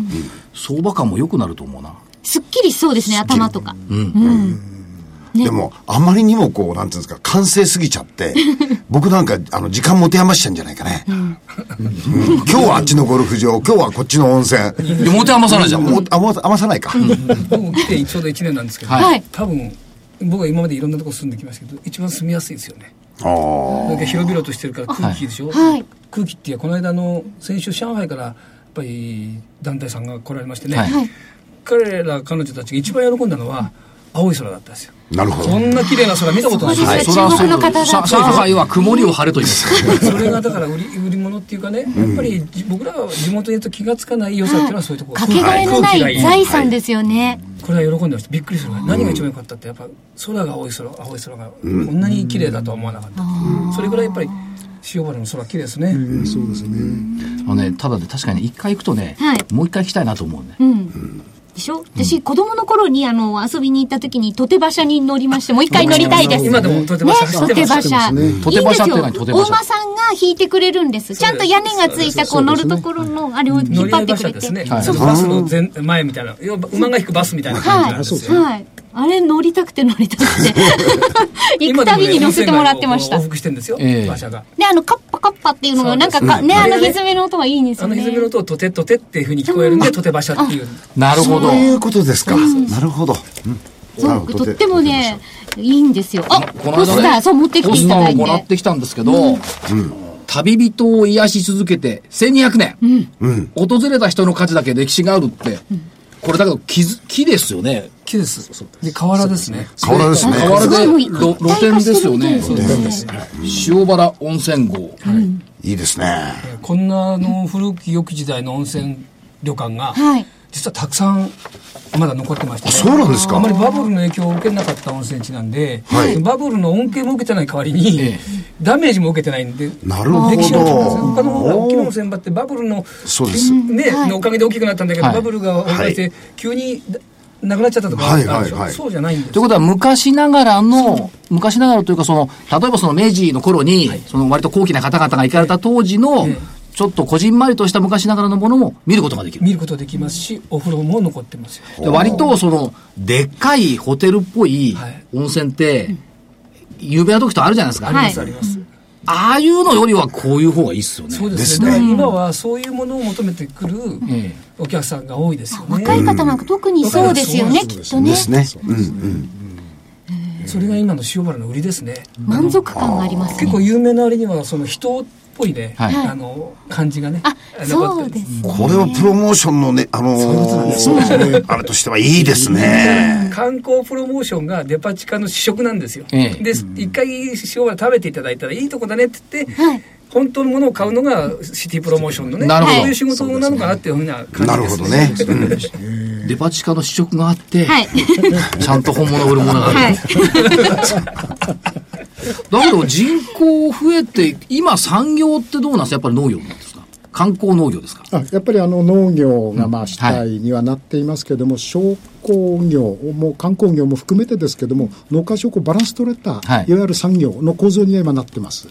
相場感も良くなると思うな。
すっきりそうですね、頭とか。うん
でも、あまりにもこう、なんていうんですか、完成すぎちゃって、 僕なんか、あの、時間持て余しちゃうんじゃないかね。今日はあっちのゴルフ場、今日はこっちの温泉。
持て余さないじゃん。
余さないか。
僕来てちょうど1年なんですけど、多分、僕は今までいろんなとこ住んできましたけど、一番住みやすいですよね。なんか広々としてるから空気でしょ、はい、空気ってこの間の先週上海からやっぱり団体さんが来られましてね、はい、彼ら彼女たちが一番喜んだのは、青い空だったんですよ。
なるほど。
こんな綺麗な空見たことない。
はい、中国の方が。
上海は曇りを晴れと言います。
それがだから売り売り物っていうかね、やっぱり僕らは地元にいると気がつかない良さっていうのはそういうところ。
かけがえのない財産ですよね。
これは喜んでました。びっくりするぐらい。何が一番良かったってやっぱ空が青い空、青い空がこんなに綺麗だとは思わなかった。それぐらいやっぱり。塩原の空綺麗ですね。
そうですね。
あのね、ただで確かに一回行くとね、もう一回行きたいなと思うね。
でしょ私、うん、子供の頃にあの遊びに行った時に、とて馬車に乗りまして、もう一回乗りたいです。
今でもとて馬車走
ってます、ね、ね。
とて馬車。いいんですよ。
大間さんが引いてくれるんです。ちゃんと屋根がついた、こう乗るところの、あれを引っ張ってくれて。
ねはい、そうバスの前前みたいな。馬が引くバスみたいな感じなんですよ。はい。はい
あれ乗りたくて乗りたくて行くたびに乗せてもらってました。
往復してんですよ、えー、馬車が。
で、あの、カッパカッパっていうのも、なんかか、ね、あのひずめの音はいいんですよね。
あのひずめの音をとてとてっていうふうに聞こえるんで、とて馬車っていう。
なるほど。
そういうことですか。うん、なるほど。うん
そうとってもね、いいんですよ。あ、ポスター、そう、持ってきていただいて。、
もらってきたんですけど、うん、旅人を癒し続けて1200年、うん、訪れた人の数だけ歴史があるって、これだけど木木ですよね
木ですで瓦ですね
瓦ですね
瓦で露天ですよね、ね、塩原温泉郷、
はい、いいですね
こんなの古き良き時代の温泉旅館が、はい、実はたくさんまだ残ってまして、ね、
そうなんですか
あまりバブルの影響を受けなかった温泉地なんで、はい、バブルの恩恵も受けてない代わりに、ええ、ダメージも受けてないんで
なるほど歴
史の他の方が大きな温泉場ってバブルの
そうです、
ね、はい、のおかげで大きくなったんだけど、はい、バブルが崩壊して急に、なくなっちゃったとか、はいはいはい、そうじゃないんです
ということは昔ながらの昔ながらというかその例えばその明治の頃に、はい、その割と高貴な方々が行かれた当時の、ちょっとこじんまりとした昔ながらのものも見ることができる。
見ることできますし、お風呂も残ってます
よ。割と、その、でっかいホテルっぽい温泉って、有名な時とあるじゃないですか。
はい、あります、あります。
ああいうのよりはこういう方がいいっすよね。
そうですね。すね今はそういうものを求めてくるお客さんが多いですよね。うん
若い方なんか特にそうですよね、うん、きっとね。
ですね。うんうん
それが今の塩原の売りですね。
満足感があります、ね、
結構有名な割には、その人ぽいね、はい、あの感じがね、
あそうです、ね、
これはプロモーションのね、あのーね、あれとしてはいいですね。
観光プロモーションがデパ地下の試食なんですよ。ええ、で、一回塩原食べていただいたらいいとこだねって言って、はい、本当のものを買うのがシティプロモーションのね、なるほどそういう仕事なのかなっていうふうな
感じですね。なるほ
どね。デパ地下の試食があって、はい、ちゃんと本物売るものがあ る。だけど人口増えて、今産業ってどうなんですかやっぱり農業なんですか観光農業ですか
やっぱりあの農業がまあ主体にはなっていますけれども、うんはい、商工業も観光業も含めてですけれども、農家商工バランス取れた、はい、いわゆる産業の構造には今なってます。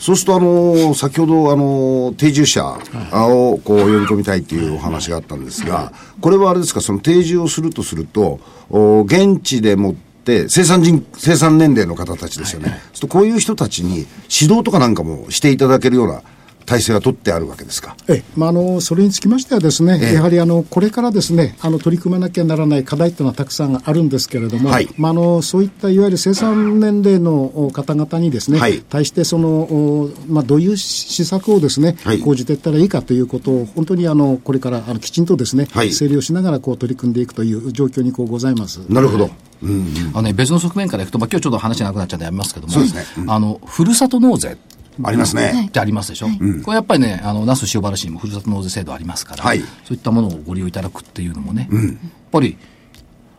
そうすると、あの、先ほど、あの、定住者をこう呼び込みたいというお話があったんですが、これはあれですか、その定住をするとすると、お現地でもって、生産人、生産年齢の方たちですよね。はい、とこういう人たちに指導とかなんかもしていただけるような体制は取ってあるわけですか、
ええまあ、あのそれにつきましてはですね、ねやはりあのこれからです、ね、あの取り組まなきゃならない課題というのはたくさんあるんですけれども、はい、まあ、あのそういったいわゆる生産年齢の方々にですね、ね、はい、対してその、まあ、どういう施策をです、ね、はい、講じていったらいいかということを、本当にあのこれからあのきちんとですね、ね整理をしながらこう取り組んでいくという状況にこうございます。
なるほど
うんうん、あのね、別の側面からいくと、まあ、今日ちょっと話なくなっちゃうんでやめますけども、、
そうですね、うん
あのふるさと納税
ありますね。
ってありますでしょ、はい、これやっぱりね、あの、那須塩原市にもふるさと納税制度ありますから、はい、そういったものをご利用いただくっていうのもね、うん、やっぱり、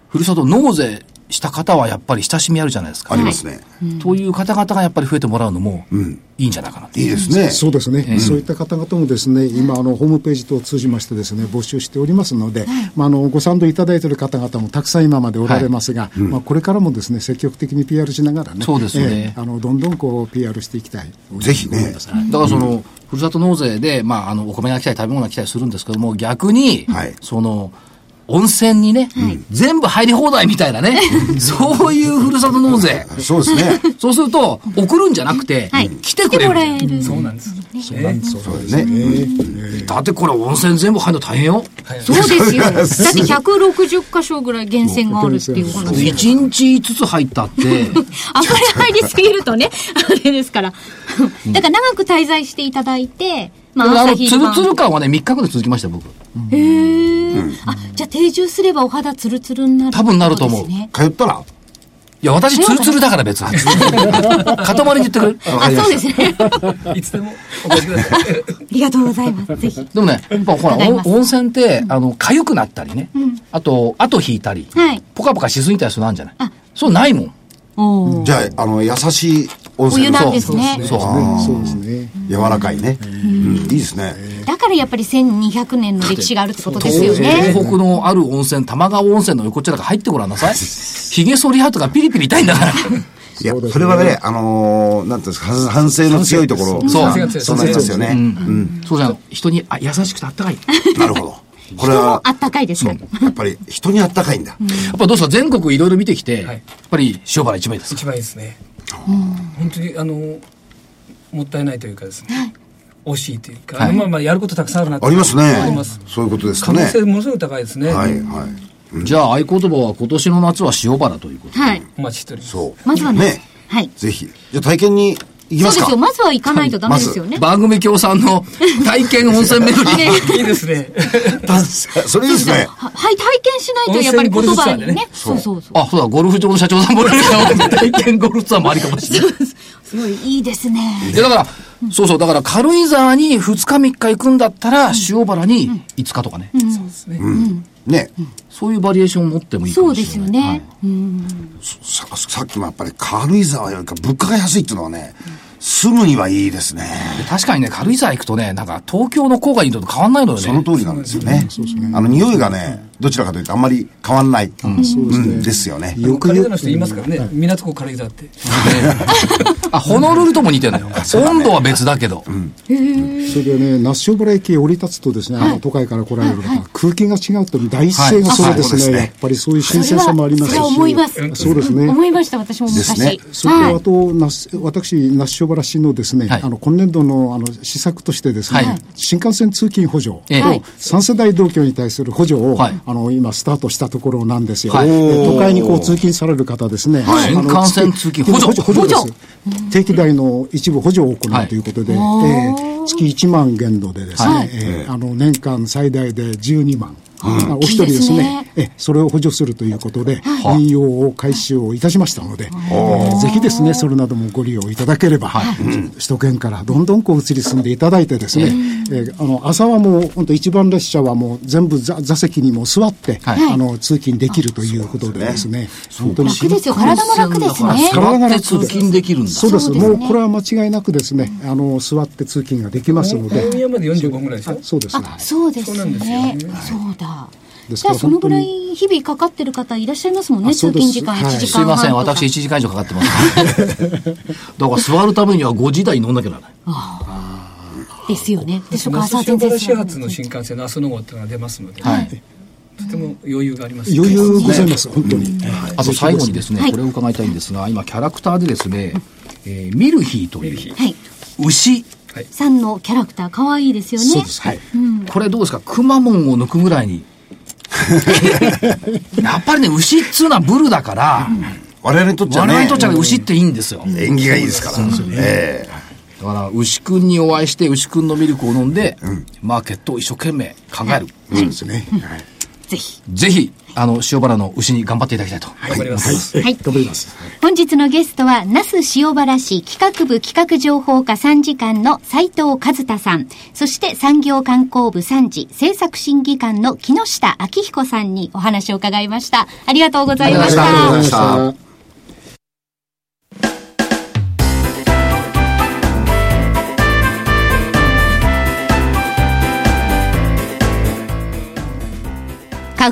ふるさと納税した方はやっぱり親しみあるじゃないですか。
ありますね。
という方々がやっぱり増えてもらうのも、いいんじゃないかなって
い、うん、いいですね。
そうですね。うん、そういった方々もですね、今、あの、ホームページ等を通じましてですね、募集しておりますので、まあ、あの、ご賛同いただいている方々もたくさん今までおられますが、はい、まあ、これからもですね、積極的に PR しながらね、
そうですね、
えー、あの、どんどんこう、PR していきたい。
ぜひね。
だからその、ふるさと納税で、まあ、あの、お米が来たり食べ物が来たりするんですけども、逆に、はい、その、温泉にね、うん、全部入り放題みたいなね、そういうふるさと納税。
そうですね。
そうすると、送るんじゃなくて、はい、来てくれる。
れる
そうなんです。ね、
そうなんです。そうですね、えー。
だってこれ温泉全部入るの大変よ。
そうですよ。だって160箇所ぐらい源泉があるっていう話。
1日5つ入ったって。
あんまり入りすぎるとね、あれですから。だから長く滞在していただいて、まあ、朝
日。つるつる感はね、3日ぐらい続きましたよ、僕。
へえ、うん、あ、じゃあ定住すればお肌ツルツルになる、ね、
多分なると思う。
通ったら
いや、私、ツルツルだから 別に。塊に言ってくれる。
あ、そうですね。
いつでもお越しください。
ありがとうございます。ぜひ。
でもね、やっぱほら、温泉って、あの、痒くなったりね。うん、あと、後引いたり、はい、ポカポカしすぎたりするのあるんじゃないそうないもん。
じゃあ、あの、優しい
温泉お湯なんですね。
そう
そうですね。柔らかいね。うん、いいですね。
だからやっぱり1200年の歴史があるってことですよね。
東北のある温泉、玉川温泉の横っちゃだから入ってごらんな さい。ひげ剃り跡がピリピリ痛いんだから。
いや、それはね、あのー、なんていうんですか、反省の強いところ、
そう、。
そうなりますよね。うん
そうじゃ人に優しくてあったかい。
なるほど。
これは。あったかいです
ね。やっぱり人にあったかいんだ。
やっぱどうですか、全国いろいろ見てきて、やっぱり塩原一枚です
一枚ですね。本当に、あの、もったいないというかですね。惜しいというか、まあまあやることたくさんあるな
ありますね。そういうことですかね。
可能性ものすごい高いですね。
はいはい。
じゃあ合言葉は今年の夏は塩原ということで。
はい。。
お待ちしております。
そう
まずはね。はい。
ぜひ。じゃあ体験に行きますか。そうです
よ。まずは行かないとダメですよね。
番組協賛の体験温泉巡
り。いいですね。
それいいですね。
はい、体験しないとやっぱり言葉にね。そうそうそう。
あ、そうだ、ゴルフ場の社長さんも体験ゴルフツアーもありかもし れない。
すごいいいですね。
だから、そうそう、だから軽井沢に2日3日行くんだったら、塩原に5日とかね。
そうですね。
ね、
そういうバリエーションを持ってもいい
そうですよね、
さっきもやっぱり軽井沢よりか物価が安いっていうのはね、住むにはいいですね
確かにね軽井沢行くとねなんか東京の郊外にと変わんないのよね
その通りなんですよねあの匂いがねどちらかというとあんまり変わんない、うんですよね
よく軽井沢の人言いますからね、港区軽井沢って
あホノルルとも似てるのよ温度は別だけど、
それでね那須塩原駅降り立つとですね、あの都会から来られる方、空気が違うと第一声がそうですね、やっぱりそういう新鮮さもありますし
思います
そうですね、
思いました私も昔
それとあと那須私那須塩原市のですね、あの今年度のあの施策としてですね、新幹線通勤補助を三世代同居に対する補助を、あの今スタートしたところなんですよ、都会にこう通勤される方ですね、
新幹線通勤補助
補助です定期代の一部補助を行うということで、月1万限度でですね、あの年間最大で12万。お一人ですねえ、それを補助するということで、運用を開始をいたしましたので、ぜひですね、それなどもご利用いただければ、首都圏からどんどんこう移り住んでいただいてですね、えあの朝はもう、本当、一番列車はもう全部座席にも座って、あの通勤できるということでですね、
本当に楽ですよ、体も楽ですね。
体が楽通勤できるんだ
そうです、もうこれは間違いなくですね、あの座って通勤ができますので、
大宮まで45分ぐらいでしょ
そうです
そうですね。そうだじゃあそのぐらい日々かかってる方いらっしゃいますもんね、通勤時間1時間
すいません、私1時間以上かかってます。 だから座るためには5時台に乗んなきゃならない。
ですよね。でしょ
か、朝全然。始発の新幹線の明日の号っていうのが出ますので。とても余裕があります
余裕ございます、本当に。
あと最後にですね、これを伺いたいんですが、今キャラクターでですね、えー、ミルヒーという牛
さんのキャラクター可愛いですよね。
そうです。はい。これどうですか。くまモンを抜くぐらい に。やっぱりね牛っつうのはブルだから。
我々にとっちゃね。
我々にとっちゃ牛っていいんですよ。
縁起がいいですから。え
え。だから牛くんにお会いして牛くんのミルクを飲んで、マーケットを一生懸命考える。
そうですね。
ぜひ。
ぜひ。あの塩原の牛に頑張っていただきたいと
頑張ります。
はい、
頑張ります。
本日のゲストは那須塩原市企画部企画情報課参事官の斉藤和太さん、そして産業観光部参事政策審議官の木下明彦さんにお話を伺いました。ありがとうございました。ありがとうございました。花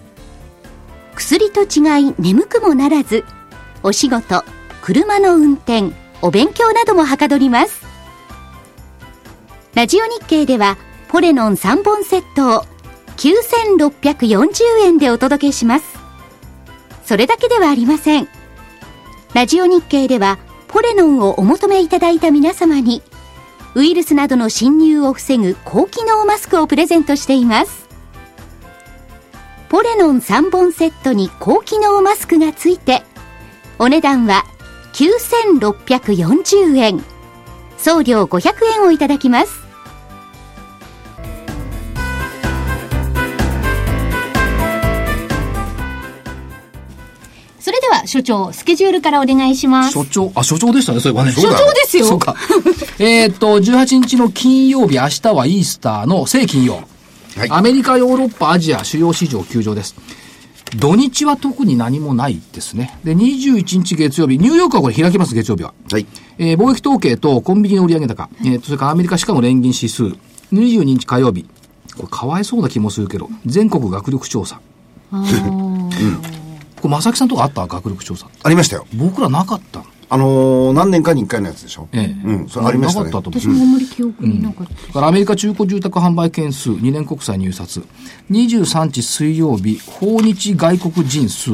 薬と違い眠くもならずお仕事車の運転お勉強などもはかどりますラジオ日経ではポレノン3本セットを9640円でお届けしますそれだけではありませんラジオ日経ではポレノンをお求めいただいた皆様にウイルスなどの侵入を防ぐ高機能マスクをプレゼントしていますポレノン3本セットに高機能マスクがついて、お値段は9640円。送料500円をいただきます。は所長、スケジュールからお願いします。
所長、あ、所長でしたね、そういえばね。
所長ですよ。
そうか。 えっと、18日の金曜日、明日はイースターの正金曜。はい、アメリカ、ヨーロッパ、アジア、主要市場休場です。土日は特に何もないですね。で、21日月曜日、ニューヨークはこれ開きます、月曜日は。はい。えー、貿易統計とコンビニの売上高、えー、それからアメリカ、シカゴ連銀指数、22日火曜日、これかわいそうな気もするけど、全国学力調査。うん。 これ、正木さんとかあった学力調査。
ありましたよ。
僕らなかった。
あのー、何年かに1回のやつでしょ。ええ。うん、それありましたね。
なかったと私もあんまり記憶になかった、うん。だ
からアメリカ中古住宅販売件数、2年国債入札。23日水曜日、訪日外国人数。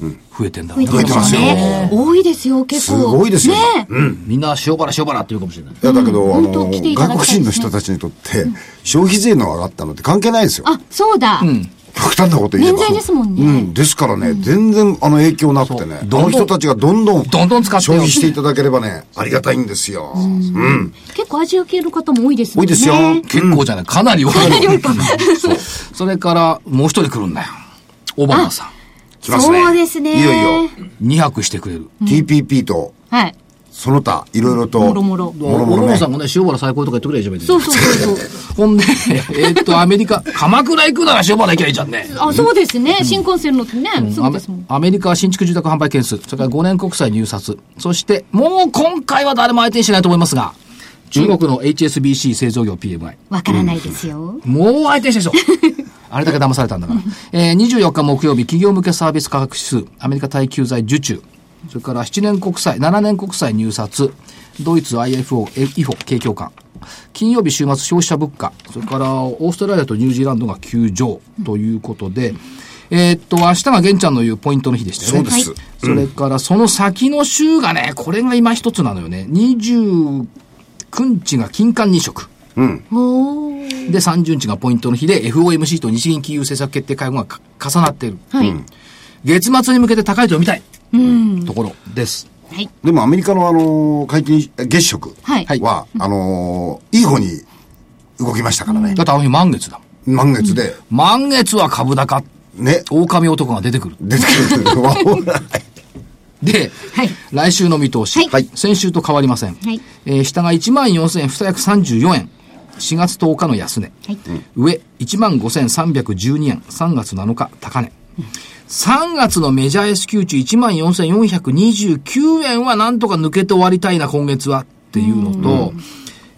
うん、増えてんだ
増えてますよ、ね、多いですよ結構
すごいですよ、ね
うん、みんな塩原塩原って言うかもしれないい
やだけど、あの外国人の人たちにとって、消費税の上がったのって関係ないですよ
あそうだ、うん
極端なこと言えば。。
ですもんね。うん
ですからね、全然あの影響なくてね。どの人たちがどんどん、
どんどん使って
消費していただければね、ありがたいんですよ。うん。
結構アジア系の方も多いですね。
多いですよ。
結構じゃない。かなり多い。
かなり多いか。
それから、もう一人来るんだよ。オバマさん。
来ますね。
そうですね。
いよいよ。
2泊してくれる。
TPP と。
はい。
その他、いろいろと。も
ろもろ。
もろもろ、ね。さんもね、塩原最高とか言ってくればいいじゃないです
か。そうそうそうそ
ほ
う。
んで、えっと、アメリカ、鎌倉行くなら塩原行きゃいいじゃんね。
あ、そうですね。新幹線乗ってね、すぐですもん。
アメリカは新築住宅販売件数、それから5年国債入札、そして、もう今回は誰も相手にしないと思いますが、中国の HSBC 製造業 PMI。
わからないですよ。
もう相手にしてでしょ。あれだけ騙されたんだから。えー、24日木曜日、企業向けサービス価格指数、アメリカ耐久財受注。それから7年国債、7年国債入札、ドイツ IFO、イフォ、景況感。金曜日週末消費者物価、それからオーストラリアとニュージーランドが急上ということで、えっと、明日が玄ちゃんの言うポイントの日でしたよ。
ね。そうです
それからその先の週がね、これが今一つなのよね。29日が金環日食。
うん、
で30日がポイントの日で FOMC と日銀金融政策決定会合が重なっている、
はい、
月末に向けて高いと読みたいところです。
はい、
でもアメリカのあの皆勤月食は、はい、あのいい方に動きましたからね。
だってあの日満月だ
もん。満月で。
満月は株高。
ね。
狼男が出てくる。
出てくる。
で、
はい、
来週の見通し、
はい、
先週と変わりません。
はい
えー、下が14,234円。4月10日の安値。
はい、
上15,312円。3月7日高値。うん3月のメジャー S q 値14,429円はなんとか抜けて終わりたいな、今月はっていうのと、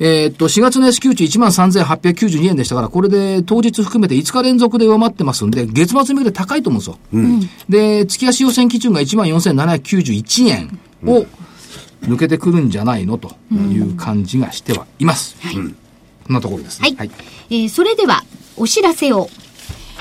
えっと、4月の S q 値13,892円でしたから、これで当日含めて5日連続で上回ってますんで、月末に向けて高いと思うんですよ。
うん、
で、月足予選基準が14,791円を抜けてくるんじゃないのという感じがしてはいます。
うん、はい。
こんなところです、
ね。はい。はい、えー、それでは、お知らせを。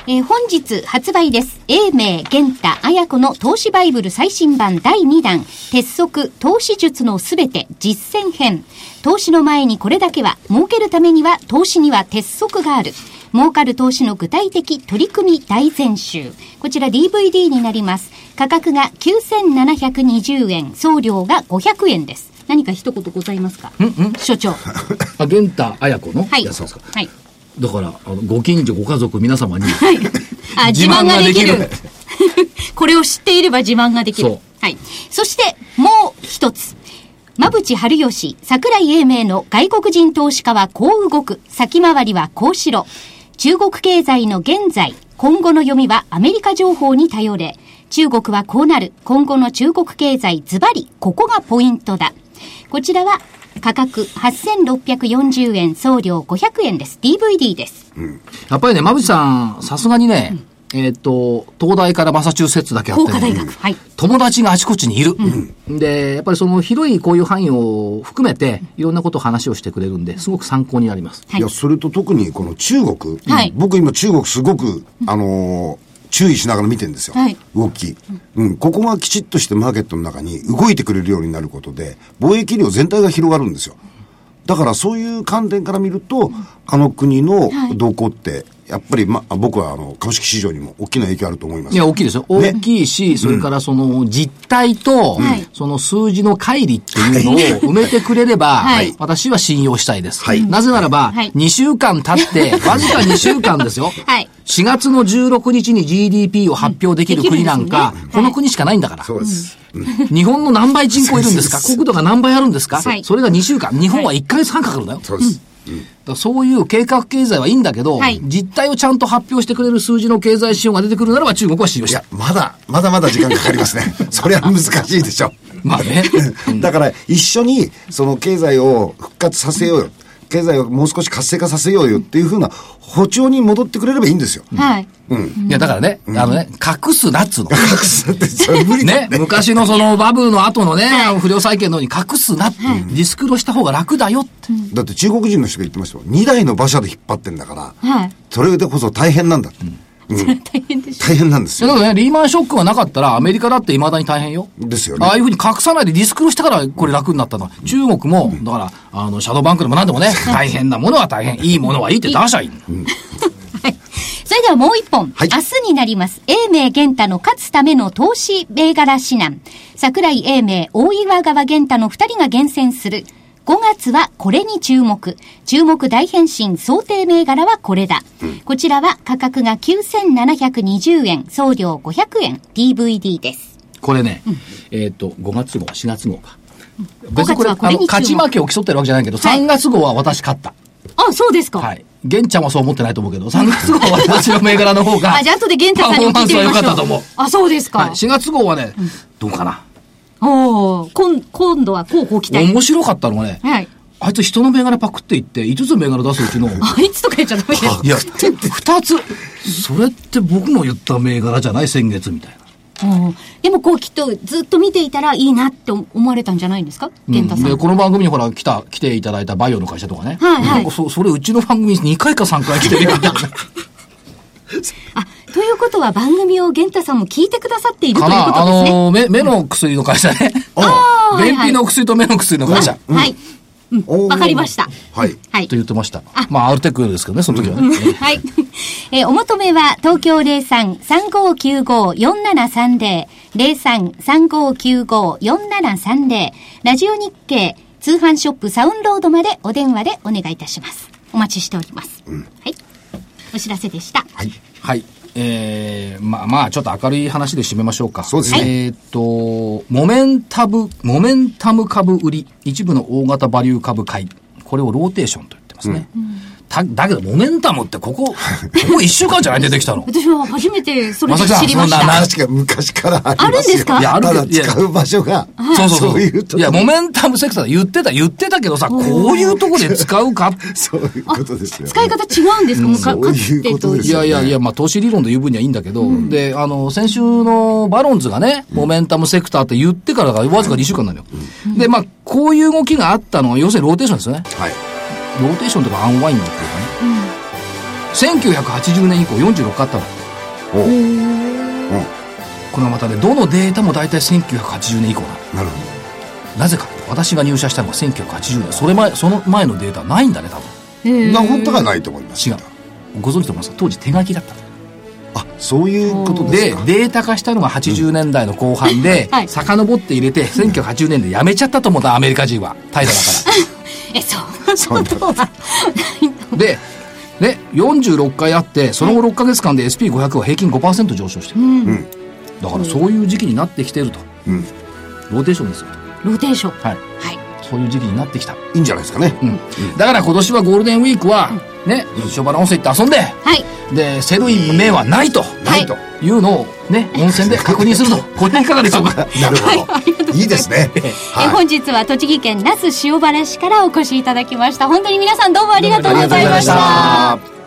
えー、本日発売です。英明、玄太、綾子の投資バイブル最新版第2弾、鉄則、投資術のすべて、実践編。投資の前にこれだけは、儲けるためには、投資には鉄則がある。儲かる投資の具体的取り組み大全集。こちら DVD になります。価格が9720円、送料が500円です。何か一言ございますか
うんうん
所長。
あ、玄太、綾子の
は
は
い。
いだから、あの、ご近所、ご家族、皆様に、
はい。あ、自慢ができる。 これを知っていれば自慢ができる。はい。そして、もう一つ。馬淵春吉、桜井英明の外国人投資家はこう動く。先回りはこうしろ。中国経済の現在、今後の読みはアメリカ情報に頼れ。中国はこうなる。今後の中国経済、ズバリ、ここがポイントだ。こちらは、価格8640円、送料500円です。DVD です。
うん、やっぱりね、馬淵さん、さすがにね、うん、えっ、と、東大からマサチューセッツだけあって、ね、
大学、はい、
友達があちこちにいる、うん、で、やっぱりその広いこういう範囲を含めて、いろんなことを話をしてくれるんで、すごく参考になります。
はい、いや、それと特にこの中国、
はい、
僕今中国すごく、あのー注意しながら見てんですよ、
はい、
動き、うん。ここがきちっとしてマーケットの中に動いてくれるようになることで、貿易量全体が広がるんですよ。だからそういう観点から見ると、あの国の動向って、はい、やっぱり、ま、僕はあの株式市場にも大きな影響あると思います。
いや、大きいですよ。大きいし、ね、それからその実態と、うん、その数字の乖離っていう のを埋めてくれれば、はい、私は信用したいです。はい、なぜならば、はい、2週間経って、わずか2週間ですよ。はい、4月の16日に GDP を発表できる国なんか、ね、この国しかないんだから。
そうです。
うん、日本の何倍人口いるんですか国土が何倍あるんですかそれが2週間。日本は1ヶ月半かかるんだよ。
そうです。
うん、そういう計画経済はいいんだけど、はい、実態をちゃんと発表してくれる数字の経済指標が出てくるならば中国は信用した。いや、
まだ、まだまだ時間かかりますね。それは難しいでしょ。
まあね。
だから一緒にその経済を復活させようよ。経済をもう少し活性化させようよっていうふうな歩調に戻ってくれればいい んですよ。
はい。
うん。いや、だからね、あのね、隠すなっつうの。
隠すってそれ無理
ね。昔のそのバブルの後のね、不良債権のように隠すなって、ディスクロした方が楽だよって。
だって中国人の人が言ってましたよ。2台の馬車で引っ張ってんだから、はい。それでこそ大変なんだって。
それ 大変でしょ。
大変なんですよ。
だからね、リーマンショックがなかったら、アメリカだって未だに大変よ。
ですよね。
ああいうふうに隠さないでディスクロしたから、これ楽になったのは、中国も、だから、あの、シャドーバンクでも何で もね、大変なものは大変、いいものはいいって出しゃいい。うん
それではもう一本、はい、明日になります、英明玄太の勝つための投資銘柄指南。桜井英明、大岩川玄太の二人が厳選する、5月はこれに注目。注目大変身想定銘柄はこれだ。うん、こちらは価格が9720円、送料500円、DVD です。
これね、うん、えっ、と、5月号、4月号か。別にこれ、これ勝ち負けを競ってるわけじゃないけど、はい、3月号は私勝った。。
あ、そうですか。はい
玄ちゃんはそう思ってないと思うけど、3月号は私の銘柄の方が。
あ、じゃあ後で玄ちゃんさんに聞いてみましょう。パフォーマンスは良かったと思う。あ、そうですか。はい、
4月号はね、うん、どうかな。
おお、今、今度はこうこう期待。
面白かったのはね、はい。あいつ人の銘柄パクっていって、5つの銘柄出すうちの。
あいつとか言っちゃダメです。
いや、2つ。それって僕の言った銘柄じゃない先月みたいな。
でもこうきっとずっと見ていたらいいなって思われたんじゃないんですか、うん、で
この番組にほら来た来ていただいたバイオの会社とかね、はいはい、うん、そそれうちの番組に2回か3回来てるよ
あということは番組を源太さんも聞いてくださっているという ことですね。あの
目目の薬の会社ね。便秘の薬と目の薬の会社。
はい。わかりました。
はい。はい。と言ってました。まあ、アルテックですけどね、その時はね。
はい。えお求めは、東京03-3595-4730、03-3595-4730、ラジオ日経、通販ショップサウンロードまでお電話でお願いいたします。お待ちしております。はい。お知らせでした。
はい。はい。えー、まあまあ、ちょっと明るい話で締めましょうか。
そうです
ね。えっと、モメンタブ、モメンタム株売り、一部の大型バリュー株買い。これをローテーションと言ってますね。うん、だけど、モメンタムってここ、もう一週間じゃない出てきたの。
私は初めてそれ知りました。
まさき昔からあ
るんですか
いや、あるただ使う場所が、
そうそうそういうといや、モメンタムセクター言ってた、言ってたけどさ、こういうとこで使うか。
そういうことですよ、
使い方違うんですか、もうか、
かつてと。
いやいやいや、まあ、投資理論で言う分にはいいんだけど、で、あの、先週のバロンズがね、モメンタムセクターって言ってからがわずか2週間なのよ。で、まあ、こういう動きがあったのは、要するにローテーションですよね。
はい。
ローテーションとかアンワインドっていうかね、うん、1980年以降46回あったわけおこれはまたねどのデータも大体1980年以降
なるほ
どなぜか私が入社したのが1980年それ前その前のデータないんだね多
分な本当はないと思います
違うご存知と思います当時手書きだった
あそういうことです
かでデータ化したのが80年代の後半で、うん はい、遡って入れて1980年でやめちゃったと思ったアメリカ人は怠惰だから
えそんなことは
でで46回あってその後6か月間で SP500 は平均5%上昇してる、うん、だからそういう時期になってきてると、うん、ローテーションですよ
ローテーション
はい、はい、そういう時期になってきたい
いんじゃないですかね、
うん、だから今年はゴールデンウィークは、ね、塩原温泉行って遊んで、はい、でセルイン名はないと、
ないと
いうのをね、温泉で確認す ると、これいかがでしょうか。
なるほど。いいですね。
え、本日は栃木県那須塩原市からお越しいただきました。本当に皆さんどうもありがとうございました。